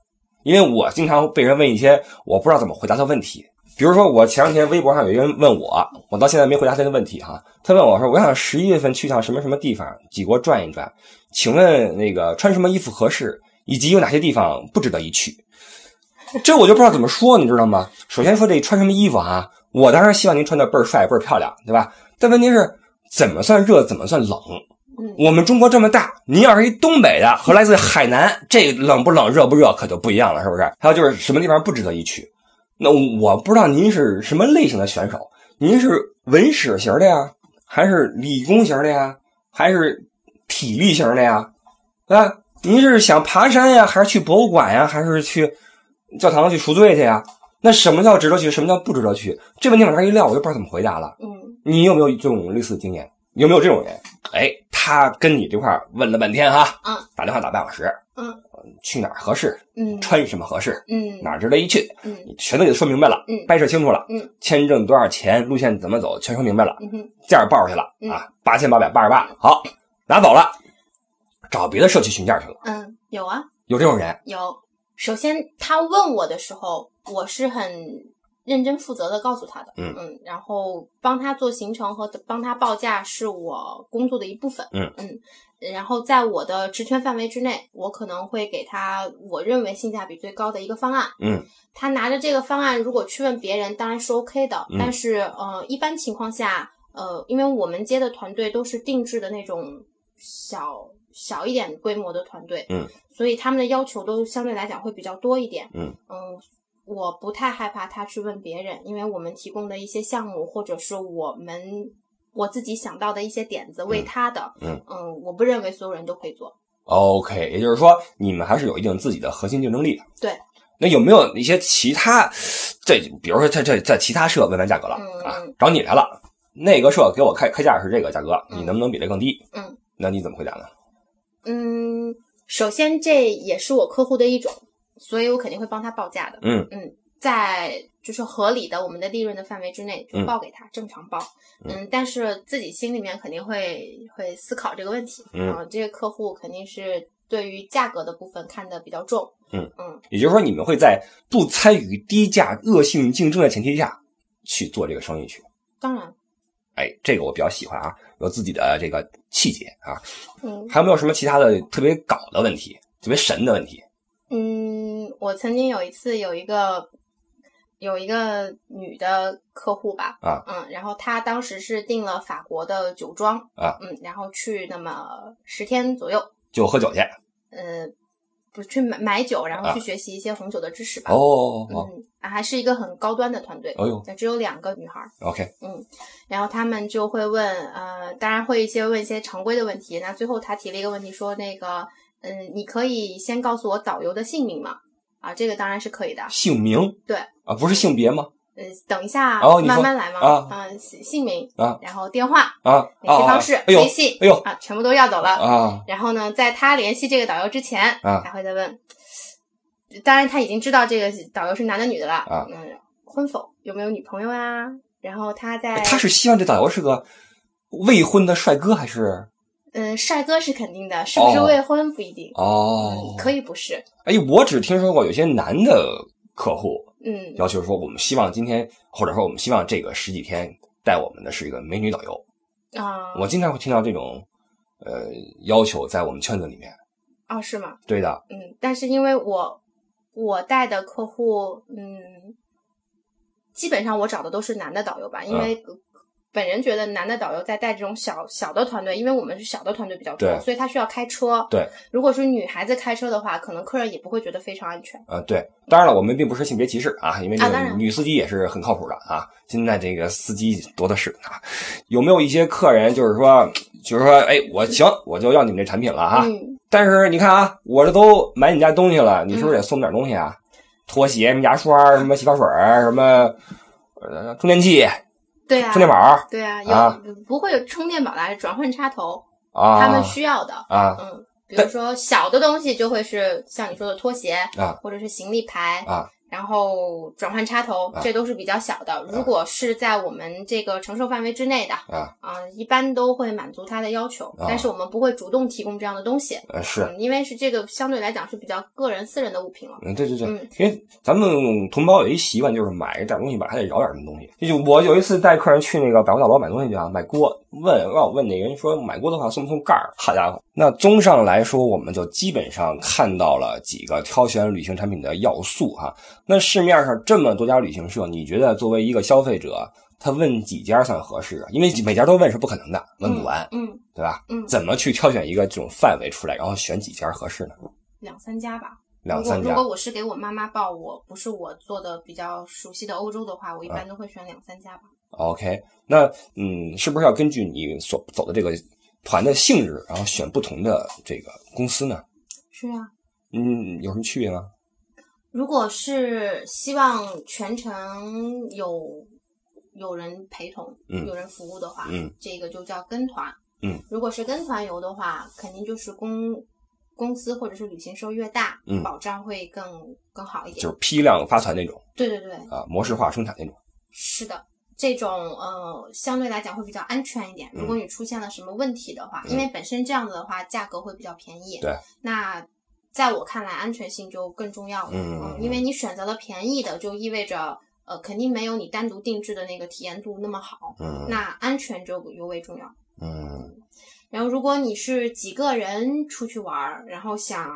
Speaker 1: 因为我经常被人问一些我不知道怎么回答的问题。比如说，我前两天微博上有一个人问我，我到现在没回答他的问题哈。他问我说：“我想十一月份去趟什么什么地方，几国转一转，请问那个穿什么衣服合适，以及有哪些地方不值得一去？”这我就不知道怎么说，你知道吗？首先说这穿什么衣服啊，我当然希望您穿的倍儿帅、倍儿漂亮，对吧？但问题是，怎么算热，怎么算冷？
Speaker 2: 嗯
Speaker 1: 我们中国这么大，您要是一东北的和来自海南，这冷不冷、热不热可就不一样了，是不是？还有就是什么地方不值得一去？那我不知道您是什么类型的选手，您是文史型的呀，还是理工型的呀，还是体力型的呀？啊，您是想爬山呀，还是去博物馆呀，还是去教堂去赎罪去呀？那什么叫值得去？什么叫不值得去？这问题往这儿一撂，我就不知道怎么回答了。
Speaker 2: 嗯
Speaker 1: 你有没有这种类似的经验？有没有这种人？哎，他跟你这块儿问了半天哈，
Speaker 2: 嗯，
Speaker 1: 打电话打半小时，
Speaker 2: 嗯，
Speaker 1: 去哪儿合适，
Speaker 2: 嗯
Speaker 1: 穿什么合适，
Speaker 2: 嗯
Speaker 1: 哪儿值得一去，
Speaker 2: 嗯
Speaker 1: 你全都给他说明白了，
Speaker 2: 嗯
Speaker 1: 掰扯清楚了，
Speaker 2: 嗯，
Speaker 1: 签证多少钱，路线怎么走，全说明白了，
Speaker 2: 嗯哼
Speaker 1: 价儿报出去了、
Speaker 2: 嗯
Speaker 1: 啊，八千八百八十八，好，拿走了，找别的社区询价去了，
Speaker 2: 嗯，有啊
Speaker 1: 有这种人，
Speaker 2: 有。首先，他问我的时候，我是很认真负责的告诉他的，
Speaker 1: 嗯
Speaker 2: 然后帮他做行程和帮他报价是我工作的一部分，
Speaker 1: 嗯
Speaker 2: 然后在我的职权范围之内，我可能会给他我认为性价比最高的一个方案，
Speaker 1: 嗯，
Speaker 2: 他拿着这个方案如果去问别人，当然是 OK 的，
Speaker 1: 嗯
Speaker 2: 但是呃，一般情况下，呃，因为我们接的团队都是定制的那种小小一点规模的团队，
Speaker 1: 嗯，
Speaker 2: 所以他们的要求都相对来讲会比较多一点，
Speaker 1: 嗯
Speaker 2: 我不太害怕他去问别人，因为我们提供的一些项目或者是我们我自己想到的一些点子为他的，
Speaker 1: 嗯
Speaker 2: 我不认为所有人都可以做，
Speaker 1: OK，也就是说，你们还是有一定自己的核心竞争力的。
Speaker 2: 对。
Speaker 1: 那有没有一些其他，这比如说在在在其他社问完价格了、
Speaker 2: 嗯
Speaker 1: 啊
Speaker 2: 嗯，
Speaker 1: 找你来了，那个社给我开开价是这个价格，
Speaker 2: 嗯
Speaker 1: 你能不能比这更低？
Speaker 2: 嗯，
Speaker 1: 那你怎么回答呢？
Speaker 2: 嗯，首先这也是我客户的一种，所以我肯定会帮他报价的。
Speaker 1: 嗯
Speaker 2: 在就是合理的我们的利润的范围之内就
Speaker 1: 嗯
Speaker 2: 报给他，正常报。
Speaker 1: 嗯
Speaker 2: 嗯，但是自己心里面肯定会会思考这个问题。
Speaker 1: 嗯
Speaker 2: 啊，这个客户肯定是对于价格的部分看得比较重。
Speaker 1: 也就是说，你们会在不参与低价恶性竞争的前提下去做这个生意去。
Speaker 2: 当然，
Speaker 1: 哎，这个我比较喜欢啊，有自己的这个气节啊。
Speaker 2: 嗯
Speaker 1: 还有没有什么其他的特别搞的问题，特别神的问题？
Speaker 2: 嗯，我曾经有一次有一个有一个女的客户吧，
Speaker 1: 啊，
Speaker 2: 嗯，然后她当时是订了法国的酒庄，
Speaker 1: 啊，
Speaker 2: 嗯，然后去那么十天左右，
Speaker 1: 就喝酒去。
Speaker 2: 呃，不去买买酒，然后
Speaker 1: 啊
Speaker 2: 去学习一些红酒的知识吧。
Speaker 1: 哦哦
Speaker 2: 嗯，啊还是一个很高端的团队，
Speaker 1: 哦哟
Speaker 2: 只有两个女孩儿，
Speaker 1: ，OK，
Speaker 2: 然后他们就会问，呃，当然会一些问一些常规的问题。那最后他提了一个问题，说那个，嗯，你可以先告诉我导游的姓名吗？啊，这个当然是可以的。
Speaker 1: 姓名
Speaker 2: 对
Speaker 1: 啊，不是性别吗？
Speaker 2: 嗯，等一下，
Speaker 1: 哦你说
Speaker 2: 慢慢来嘛。
Speaker 1: 啊
Speaker 2: 嗯，姓姓名
Speaker 1: 啊
Speaker 2: 然后电话、
Speaker 1: 啊
Speaker 2: 联系
Speaker 1: 啊！
Speaker 2: 方式、
Speaker 1: 哎呦
Speaker 2: 微信，
Speaker 1: 哎呦
Speaker 2: 啊，全部都要走了。
Speaker 1: 啊
Speaker 2: 然后呢，在他联系这个导游之前，
Speaker 1: 啊
Speaker 2: 他会再问。当然，他已经知道这个导游是男的女的了。
Speaker 1: 啊
Speaker 2: 嗯，婚否？有没有女朋友啊？然后他在，
Speaker 1: 哎他是希望这导游是个未婚的帅哥还是？
Speaker 2: 嗯，帅哥是肯定的，是不是
Speaker 1: 哦
Speaker 2: 未婚不一定。
Speaker 1: 哦
Speaker 2: 嗯，，可以不是。
Speaker 1: 哎，我只听说过有些男的客户
Speaker 2: 嗯
Speaker 1: 要求说，我们希望今天或者说我们希望这个十几天带我们的是一个美女导游。
Speaker 2: 啊，
Speaker 1: 我经常会听到这种呃要求在我们圈子里面。
Speaker 2: 哦是吗？
Speaker 1: 对的，
Speaker 2: 嗯，但是因为我我带的客户，嗯，基本上我找的都是男的导游吧，
Speaker 1: 嗯
Speaker 2: 因为本人觉得男的导游在带这种小小的团队，因为我们是小的团队比较多
Speaker 1: 对，
Speaker 2: 所以他需要开车。
Speaker 1: 对，
Speaker 2: 如果是女孩子开车的话，可能客人也不会觉得非常安全。
Speaker 1: 呃，对，当然了，我们并不是性别歧视啊，因为这
Speaker 2: 啊当
Speaker 1: 个
Speaker 2: 然
Speaker 1: 女司机也是很靠谱的啊。现在这个司机多的是啊，有没有一些客人就是说，就是说，哎，我行，我就要你们这产品了啊，
Speaker 2: 嗯，
Speaker 1: 但是你看啊，我这都买你家东西了，你是不是得送我点东西啊？拖鞋、什么牙刷、什么洗发水、什么呃充电器、
Speaker 2: 对啊
Speaker 1: 充，电宝啊
Speaker 2: 对啊，
Speaker 1: 啊
Speaker 2: 有不会有充电宝来转换插头，他们
Speaker 1: 啊
Speaker 2: 需要的。
Speaker 1: 啊
Speaker 2: 嗯，比如说小的东西就会是像你说的拖鞋
Speaker 1: 啊，
Speaker 2: 或者是行李牌
Speaker 1: 啊，
Speaker 2: 然后转换插头，
Speaker 1: 啊
Speaker 2: 这都是比较小的。如果是在我们这个承受范围之内的
Speaker 1: 啊，
Speaker 2: 一般都会满足他的要求，
Speaker 1: 啊
Speaker 2: 但是我们不会主动提供这样的东西，
Speaker 1: 呃是，
Speaker 2: 嗯因为是这个相对来讲是比较个人私人的物品了。
Speaker 1: 嗯，对对对
Speaker 2: 嗯，
Speaker 1: 因为咱们同胞有一习惯，就是买点东西吧，还得饶点什么东西。就我有一次带客人去那个百货大楼买东西去啊，买锅，问让我问那个人说买锅的话送不送盖儿？好家伙，那综上来说，我们就基本上看到了几个挑选旅行产品的要素哈、那市面上这么多家旅行社，你觉得作为一个消费者，他问几家算合适啊？因为每家都问是不可能的，问不完，
Speaker 2: 嗯，
Speaker 1: 对吧？
Speaker 2: 嗯
Speaker 1: 怎么去挑选一个这种范围出来，然后选几家合适呢？
Speaker 2: 两三家吧。
Speaker 1: 两三
Speaker 2: 如果
Speaker 1: 家
Speaker 2: 如。果我是给我妈妈报，我不是我做的比较熟悉的欧洲的话，我一
Speaker 1: 啊
Speaker 2: 般都会选两三家吧。
Speaker 1: OK，那嗯，是不是要根据你所走的这个团的性质，然后选不同的这个公司呢？
Speaker 2: 是啊，
Speaker 1: 嗯，有什么区别吗？
Speaker 2: 如果是希望全程有有人陪同、
Speaker 1: 嗯
Speaker 2: 有人服务的话，
Speaker 1: 嗯
Speaker 2: 这个就叫跟团。
Speaker 1: 嗯，
Speaker 2: 如果是跟团游的话，肯定就是公公司或者是旅行社越大，
Speaker 1: 嗯
Speaker 2: 保障会更更好一点。
Speaker 1: 就是批量发团那种
Speaker 2: 对对对，
Speaker 1: 啊，模式化生产那种。
Speaker 2: 是的，这种呃相对来讲会比较安全一点。
Speaker 1: 嗯
Speaker 2: 如果你出现了什么问题的话，
Speaker 1: 嗯
Speaker 2: 因为本身这样子的话，价格会比较便宜。
Speaker 1: 对，
Speaker 2: 那。在我看来，安全性就更重要了。
Speaker 1: 嗯嗯嗯
Speaker 2: 因为你选择了便宜的，就意味着呃，肯定没有你单独定制的那个体验度那么好。
Speaker 1: 嗯
Speaker 2: 那安全就尤为重要。
Speaker 1: 嗯
Speaker 2: 然后，如果你是几个人出去玩儿，然后想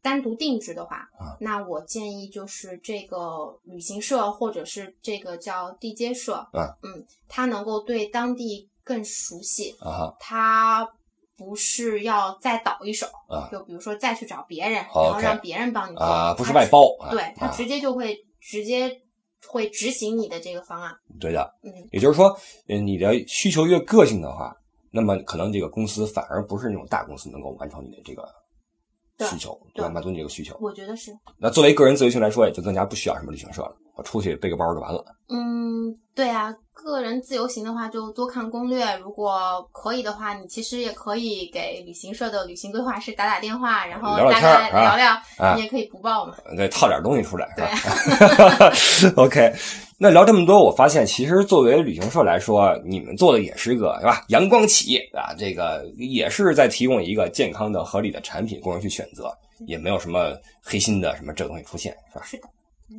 Speaker 2: 单独定制的话，
Speaker 1: 啊
Speaker 2: 那我建议就是这个旅行社或者是这个叫地接社，
Speaker 1: 啊
Speaker 2: 嗯，它能够对当地更熟悉，
Speaker 1: 啊哈
Speaker 2: 它不是要再倒一手，
Speaker 1: 啊
Speaker 2: 就比如说再去找别人，
Speaker 1: OK
Speaker 2: 然后让别人帮你做，
Speaker 1: 啊，不是
Speaker 2: 它
Speaker 1: 外包，啊
Speaker 2: 对，它
Speaker 1: 啊
Speaker 2: 直接就会、直接会执行你的这个方案，
Speaker 1: 对的
Speaker 2: 嗯，
Speaker 1: 也就是说，呃你的需求越个性的话，那么可能这个公司反而不是那种大公司能够完成你的这个
Speaker 2: 对
Speaker 1: 需求，
Speaker 2: 对
Speaker 1: 吧？满足你这个需求。
Speaker 2: 我觉得是。
Speaker 1: 那作为个人自由行来说，也就更加不需要什么旅行社了，我出去背个包就完了。
Speaker 2: 嗯，对啊，个人自由行的话就多看攻略，如果可以的话，你其实也可以给旅行社的旅行规划师打打电话，然后
Speaker 1: 聊聊
Speaker 2: 大
Speaker 1: 天儿
Speaker 2: 概
Speaker 1: 是吧
Speaker 2: 聊聊，
Speaker 1: 啊
Speaker 2: 你也可以不报嘛。
Speaker 1: 对，套点东西出来，是
Speaker 2: 对
Speaker 1: 吧？OK，那 聊这么多，我发现其实作为旅行社来说，你们做的也是一个是吧阳光企业啊，这个也是在提供一个健康的、合理的产品供人去选择，也没有什么黑心的什么这个东西出现，是吧？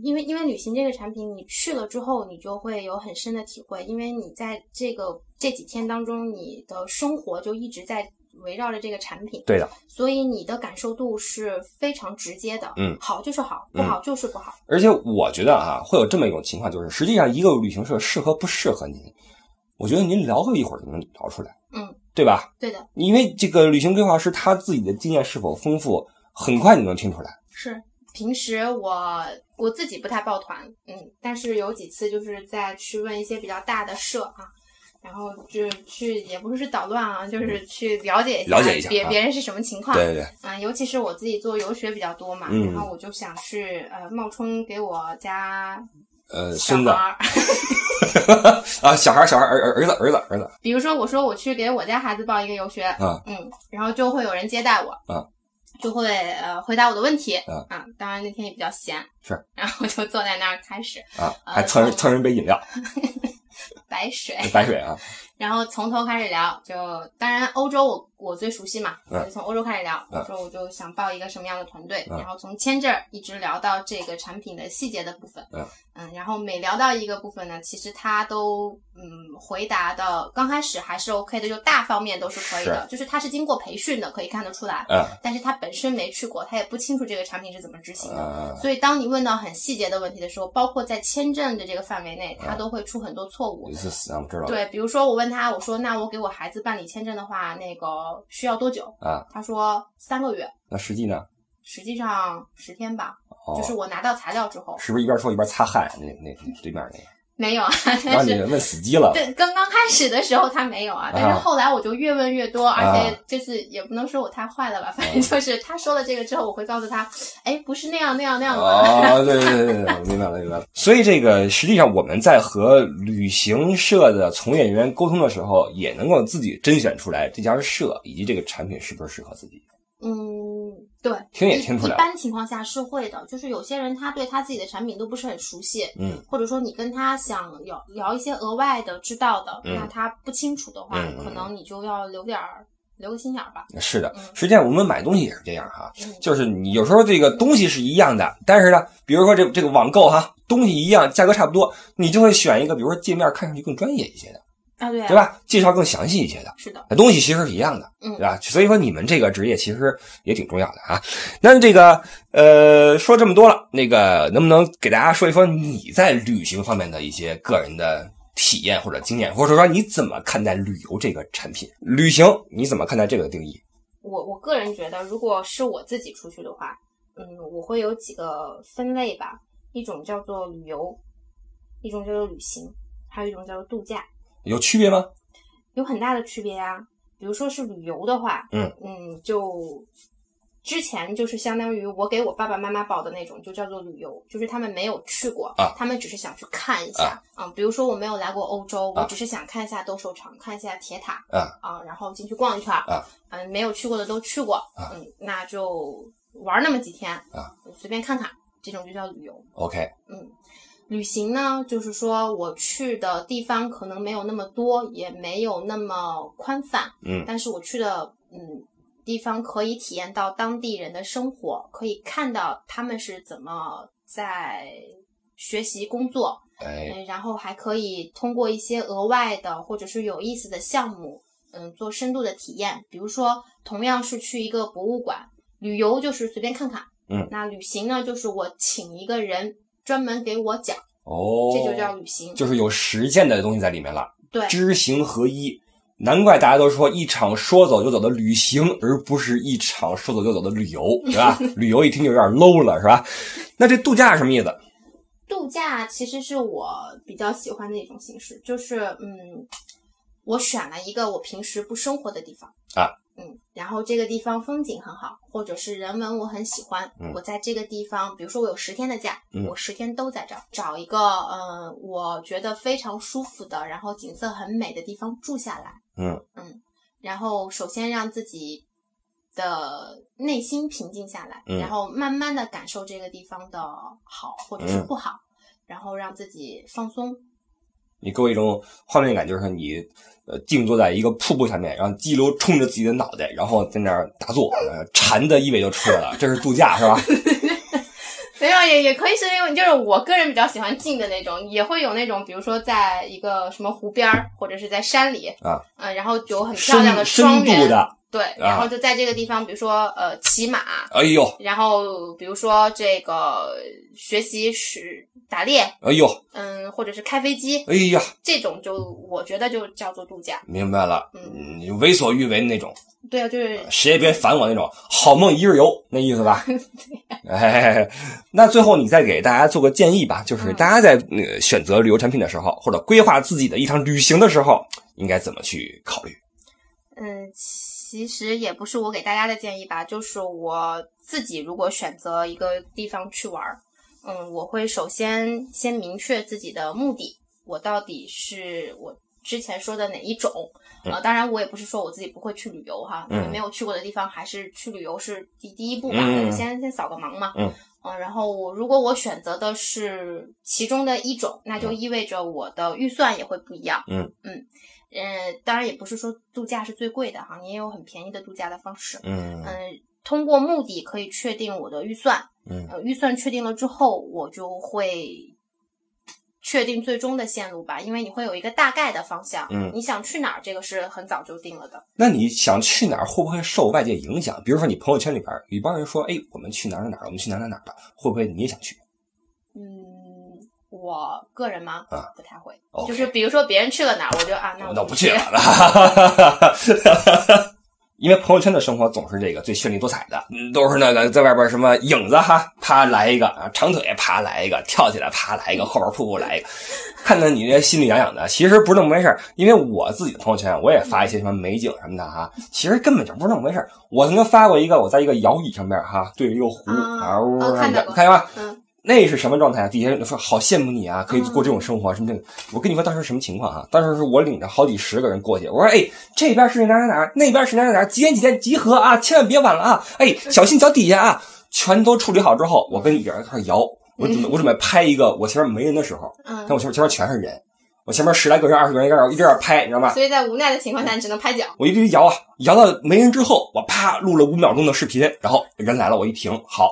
Speaker 2: 因为因为旅行这个产品，你去了之后，你就会有很深的体会，因为你在这个这几天当中，你的生活就一直在围绕着这个产品，
Speaker 1: 对的，
Speaker 2: 所以你的感受度是非常直接的。
Speaker 1: 嗯
Speaker 2: 好就是好，
Speaker 1: 嗯
Speaker 2: 不好就是不好。
Speaker 1: 而且我觉得啊，会有这么一种情况，就是实际上一个旅行社适合不适合您，我觉得您聊个一会儿就能聊出来，
Speaker 2: 嗯，
Speaker 1: 对吧？
Speaker 2: 对的，
Speaker 1: 因为这个旅行规划师他自己的经验是否丰富，很快你能听出来。
Speaker 2: 是。平时我我自己不太抱团，嗯，但是有几次就是在去问一些比较大的社啊，然后就去也不是捣乱啊，就是去了解一
Speaker 1: 嗯
Speaker 2: 下，
Speaker 1: 了解一下
Speaker 2: 别、
Speaker 1: 啊
Speaker 2: 别人是什么情况，
Speaker 1: 对对对，
Speaker 2: 啊、尤其是我自己做游学比较多嘛，
Speaker 1: 嗯
Speaker 2: 然后我就想去呃冒充给我家
Speaker 1: 呃，
Speaker 2: 小
Speaker 1: 孙
Speaker 2: 孩
Speaker 1: 子
Speaker 2: 儿，
Speaker 1: 啊，小孩儿小孩儿儿儿儿子儿子儿子，
Speaker 2: 比如说我说我去给我家孩子报一个游学，
Speaker 1: 啊
Speaker 2: 嗯，然后就会有人接待我，
Speaker 1: 啊
Speaker 2: 就会呃回答我的问题，
Speaker 1: 啊
Speaker 2: 当然那天也比较闲，
Speaker 1: 是，
Speaker 2: 然后就坐在那儿开始
Speaker 1: 啊，
Speaker 2: 呃
Speaker 1: 还蹭人蹭人杯饮料、
Speaker 2: 白水，
Speaker 1: 白水啊，
Speaker 2: 然后从头开始聊，就当然欧洲我我最熟悉嘛，
Speaker 1: 嗯
Speaker 2: 我就从欧洲开始聊。
Speaker 1: 嗯
Speaker 2: 我说我就想报一个什么样的团队，
Speaker 1: 嗯
Speaker 2: 然后从签证一直聊到这个产品的细节的部分。
Speaker 1: 嗯
Speaker 2: 然后每聊到一个部分呢，其实他都嗯回答的刚开始还是 OK 的，就大方面都是可以的，就是他是经过培训的，可以看得出来。
Speaker 1: 嗯
Speaker 2: 但是他本身没去过，他也不清楚这个产品是怎么执行的。
Speaker 1: 呃，
Speaker 2: 所以，当你问到很细节的问题的时候，包括在签证的这个范围内，
Speaker 1: 嗯
Speaker 2: 他都会出很多错误。
Speaker 1: 有一次死啊，我知道了
Speaker 2: 对，比如说我问他，我说那我给我孩子办理签证的话，那个需要多久？
Speaker 1: 啊，
Speaker 2: 他说三个月，
Speaker 1: 那实际呢？
Speaker 2: 实际上十天吧，
Speaker 1: 哦
Speaker 2: 就，是我拿到材料之后，
Speaker 1: 是不是一边说一边擦汗？那那那对面那个，
Speaker 2: 没有啊，
Speaker 1: 然后
Speaker 2: 但
Speaker 1: 你
Speaker 2: 是。
Speaker 1: 问死机了，
Speaker 2: 对，刚刚开始的时候他没有啊，但
Speaker 1: 啊
Speaker 2: 是后来我就越问越多，
Speaker 1: 啊嗯
Speaker 2: 而且就是也不能说我太坏了吧，反正就是他说了这个之后，我会告诉他，哎，不是那样那样那样的。
Speaker 1: 啊， 对对对对对，我明白了明白了。所以这个实际上我们在和旅行社的从业人员沟通的时候，也能够自己甄选出来这家社以及这个产品是不是适合自己。
Speaker 2: 嗯，对，
Speaker 1: 听也
Speaker 2: 一
Speaker 1: 听出来
Speaker 2: 一
Speaker 1: 了，
Speaker 2: 般情况下是会的，就是有些人他对他自己的产品都不是很熟悉，
Speaker 1: 嗯
Speaker 2: 或者说你跟他想聊聊一些额外的知道的，
Speaker 1: 嗯
Speaker 2: 那他不清楚的话，
Speaker 1: 嗯嗯嗯
Speaker 2: 可能你就要留点儿留个心眼儿吧。
Speaker 1: 是的
Speaker 2: 嗯，
Speaker 1: 实际上我们买东西也是这样哈、
Speaker 2: 嗯
Speaker 1: 就是你有时候这个东西是一样的，但是呢，比如说这这个网购哈，东西一样，价格差不多，你就会选一个，比如说界面看上去更专业一些的，
Speaker 2: 啊，对啊
Speaker 1: 对吧？介绍更详细一些的。
Speaker 2: 是的，
Speaker 1: 那东西其实是一样的，
Speaker 2: 嗯
Speaker 1: 对吧？所以说你们这个职业其实也挺重要的啊。那这个呃，说这么多了，那个能不能给大家说一说你在旅行方面的一些个人的体验或者经验，或者说你怎么看待旅游这个产品？旅行你怎么看待这个定义？
Speaker 2: 我我个人觉得，如果是我自己出去的话，嗯，我会有几个分类吧，一种叫做旅游，一种叫做旅行，还有一种叫做度假。
Speaker 1: 有区别吗？
Speaker 2: 有很大的区别呀、比如说是旅游的话，
Speaker 1: 嗯
Speaker 2: 就之前就是相当于我给我爸爸妈妈报的那种，就叫做旅游，就是他们没有去过，
Speaker 1: 啊
Speaker 2: 他们只是想去看一下。嗯，比如说我没有来过欧洲，
Speaker 1: 啊
Speaker 2: 我只是想看一下斗兽场，看一下铁塔，
Speaker 1: 啊
Speaker 2: 然后进去逛一圈。
Speaker 1: 啊
Speaker 2: 嗯，没有去过的都去过，
Speaker 1: 啊
Speaker 2: 嗯，那就玩那么几天，
Speaker 1: 啊
Speaker 2: 随便看看，这种就叫旅游。
Speaker 1: OK，
Speaker 2: 旅行呢，就是说我去的地方可能没有那么多，也没有那么宽泛，
Speaker 1: 嗯
Speaker 2: 但是我去的嗯地方可以体验到当地人的生活，可以看到他们是怎么在学习工作，
Speaker 1: 哎，
Speaker 2: 嗯，然后还可以通过一些额外的或者是有意思的项目，嗯，做深度的体验。比如说，同样是去一个博物馆旅游，就是随便看看，
Speaker 1: 嗯，
Speaker 2: 那旅行呢，就是我请一个人专门给我讲，
Speaker 1: 哦，
Speaker 2: 这就叫旅行。
Speaker 1: 就是有实践的东西在里面了，
Speaker 2: 对，
Speaker 1: 知行合一。难怪大家都说一场说走就走的旅行，而不是一场说走就走的旅 游，对吧？旅游一听就有点 low 了，是吧？那这度假是什么意思？
Speaker 2: 度假其实是我比较喜欢的一种形式，就是嗯，我选了一个我平时不生活的地方
Speaker 1: 啊，
Speaker 2: 嗯，然后这个地方风景很好，或者是人文我很喜欢，
Speaker 1: 嗯
Speaker 2: 我在这个地方，比如说我有十天的假，
Speaker 1: 嗯
Speaker 2: 我十天都在这儿，找一个嗯、呃我觉得非常舒服的，然后景色很美的地方住下来，
Speaker 1: 嗯
Speaker 2: 嗯，然后首先让自己。的内心平静下来，
Speaker 1: 嗯
Speaker 2: 然后慢慢的感受这个地方的好或者是
Speaker 1: 嗯
Speaker 2: 不好，然后让自己放松。
Speaker 1: 你给我一种画面感，就是你呃静坐在一个瀑布下面，然后激流冲着自己的脑袋，然后在那儿打坐，呃馋的意味就出来 了，这是度假是吧？
Speaker 2: 没有，也也可以是因为就是我个人比较喜欢静的那种，也会有那种，比如说在一个什么湖边儿，或者是在山里
Speaker 1: 啊，
Speaker 2: 嗯、然后有很漂亮
Speaker 1: 深
Speaker 2: 的
Speaker 1: 深
Speaker 2: 双人，
Speaker 1: 度的，啊
Speaker 2: 对，然后就在这个地方，比如说呃骑马，
Speaker 1: 哎呦
Speaker 2: 然后比如说这个学习是打猎，
Speaker 1: 哎呦
Speaker 2: 嗯，或者是开飞机，
Speaker 1: 哎呀，
Speaker 2: 这种就我觉得就叫做度假。
Speaker 1: 明白了，
Speaker 2: 嗯
Speaker 1: 你为所欲为那种。
Speaker 2: 对啊，就是
Speaker 1: 谁也别烦我那种，好梦一日游那意思吧。哎，那最后你再给大家做个建议吧，就是
Speaker 2: 嗯
Speaker 1: 大家在、呃、选择旅游产品的时候，或者规划自己的一场旅行的时候，应该怎么去考虑？
Speaker 2: 嗯，其实也不是我给大家的建议吧，就是我自己如果选择一个地方去玩儿，嗯，我会首先先明确自己的目的，我到底是我之前说的哪一种啊、呃当然，我也不是说我自己不会去旅游哈，因为
Speaker 1: 嗯
Speaker 2: 没有去过的地方还是去旅游是第第一步嘛，
Speaker 1: 嗯
Speaker 2: 先先扫个盲嘛。
Speaker 1: 嗯
Speaker 2: 呃然后我如果我选择的是其中的一种，那就
Speaker 1: 嗯
Speaker 2: 意味着我的预算也会不一样。嗯，当然也不是说度假是最贵的哈，你也有很便宜的度假的方式。
Speaker 1: 嗯
Speaker 2: 嗯，通过目的可以确定我的预算，
Speaker 1: 嗯
Speaker 2: 呃，预算确定了之后，我就会确定最终的线路吧，因为你会有一个大概的方向。
Speaker 1: 嗯
Speaker 2: 你想去哪儿，这个是很早就定了的。
Speaker 1: 那你想去哪儿，会不会受外界影响？比如说你朋友圈里边有一帮人说，哎，我们去哪儿哪儿哪儿，我们去哪儿哪儿哪儿了，会不会你也想去？
Speaker 2: 嗯，我个人嘛，
Speaker 1: 啊
Speaker 2: 不太会
Speaker 1: OK
Speaker 2: 就是比如说别人去了哪儿，我就啊，
Speaker 1: 那
Speaker 2: 那我
Speaker 1: 我
Speaker 2: 不
Speaker 1: 不去 了。了。因为朋友圈的生活总是这个最绚丽多彩的，嗯都是那个在外边什么影子哈，啪来一个啊，长腿啪来一个，跳起来啪来一个，后边瀑布来一个，看得你这心里痒痒的。其实不是那么回事儿因为我自己的朋友圈我也发一些什么美景什么的哈，其实根本就不是那么回事儿我曾经发过一个，我在一个摇椅上面哈，对着一个湖
Speaker 2: 啊
Speaker 1: 啊，呜
Speaker 2: 哦
Speaker 1: 看
Speaker 2: 看到
Speaker 1: 见
Speaker 2: 过
Speaker 1: 看见吧，
Speaker 2: 嗯，
Speaker 1: 那是什么状态啊？底下人都说好羡慕你啊，可以过这种生活啊，什么这个。我跟你说当时什么情况啊？当时是我领着好几十个人过去，我说哎，这边是哪儿哪儿哪儿，那边是哪儿哪儿哪儿，几点几点集合啊，千万别晚了啊，哎，小心脚底下啊。全都处理好之后，我跟一边开始摇，我准备我准备拍一个我前面没人的时候，
Speaker 2: 嗯
Speaker 1: 但我前面前面全是人，我前面十来个人、二十个人在那儿一直在那儿拍，你知道吗？
Speaker 2: 所以在无奈的情况下，你只能拍脚。
Speaker 1: 我一直摇啊，摇到没人之后，我啪录了五秒钟的视频，然后人来了，我一停，好，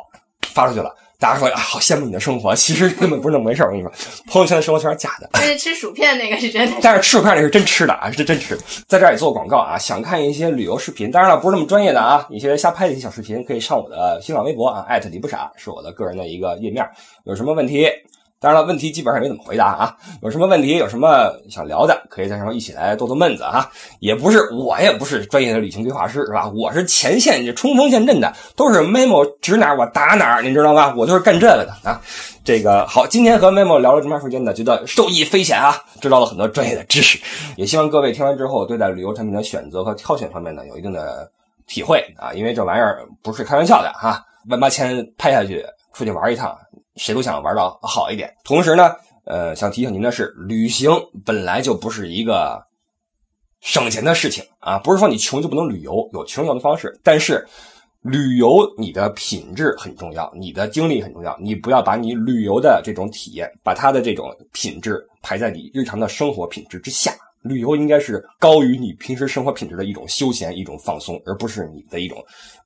Speaker 1: 发出去了。大家说啊，好羡慕你的生活，其实根本不是那么回事儿。我跟你说，朋友圈的生活全是假的，
Speaker 2: 但是吃薯片那个是真的。
Speaker 1: 但是吃薯片那是真吃的啊，是真吃。在这儿也做广告啊，想看一些旅游视频，当然了，不是那么专业的啊，一些瞎拍的一些小视频，可以上我的新浪微博啊，艾特李不傻，是我的个人的一个页面。有什么问题？当然了，问题基本上也没怎么回答啊。有什么问题，有什么想聊的，可以在上面一起来逗逗闷子啊。也不是，我也不是专业的旅行规划师，是吧？我是前线这冲锋陷阵的，都是 memo 指哪儿我打哪儿，你知道吧？我就是干这个的啊。这个好，今天和 memo 聊了这么长时间呢，觉得受益匪浅啊，知道了很多专业的知识，也希望各位听完之后，对待旅游产品的选择和挑选方面呢，有一定的体会啊，因为这玩意儿不是开玩笑的啊哈、万八千拍下去，出去玩一趟，谁都想玩到好一点。同时呢，呃，想提醒您的是，旅行本来就不是一个省钱的事情啊，不是说你穷就不能旅游，有穷游的方式，但是。旅游，你的品质很重要，你的经历很重要。你不要把你旅游的这种体验，把它的这种品质排在你日常的生活品质之下。旅游应该是高于你平时生活品质的一种休闲、一种放松，而不是你的一种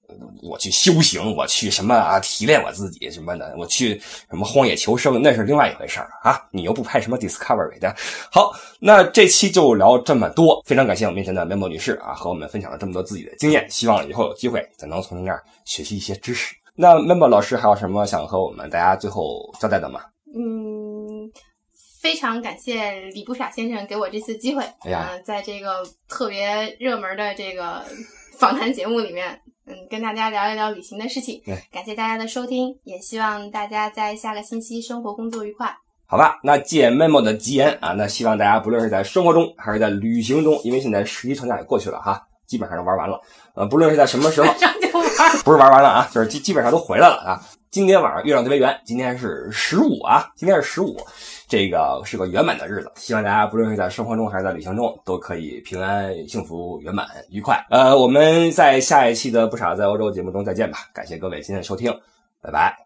Speaker 1: 呃我去修行，我去什么啊提炼我自己什么的，我去什么荒野求生，那是另外一回事儿啊！你又不拍什么 Discovery 的。好，那这期就聊这么多，非常感谢我们面前的 Memo 女士啊，和我们分享了这么多自己的经验，希望以后有机会咱能从您那儿学习一些知识。那 Memo 老师还有什么想和我们大家最后交代的吗？
Speaker 2: 嗯，非常感谢李不傻先生给我这次机会，
Speaker 1: 哎呀
Speaker 2: 呃在这个特别热门的这个访谈节目里面，嗯，跟大家聊一聊旅行的事情
Speaker 1: 对。
Speaker 2: 感谢大家的收听，也希望大家在下个星期生活工作愉快。
Speaker 1: 好吧，那借 Memo 的吉言啊，那希望大家不论是在生活中还是在旅行中，因为现在十一长假也过去了哈，基本上都玩完了。呃，不论是在什么时候，
Speaker 2: 上就玩儿。
Speaker 1: 不是玩完了啊，就是基基本上都回来了啊。今天晚上月亮特别圆，今天是十五啊，今天是十五，这个是个圆满的日子。希望大家不论是在生活中还是在旅行中，都可以平安、幸福、圆满、愉快。呃，我们在下一期的不傻在欧洲节目中再见吧，感谢各位今天的收听，拜拜。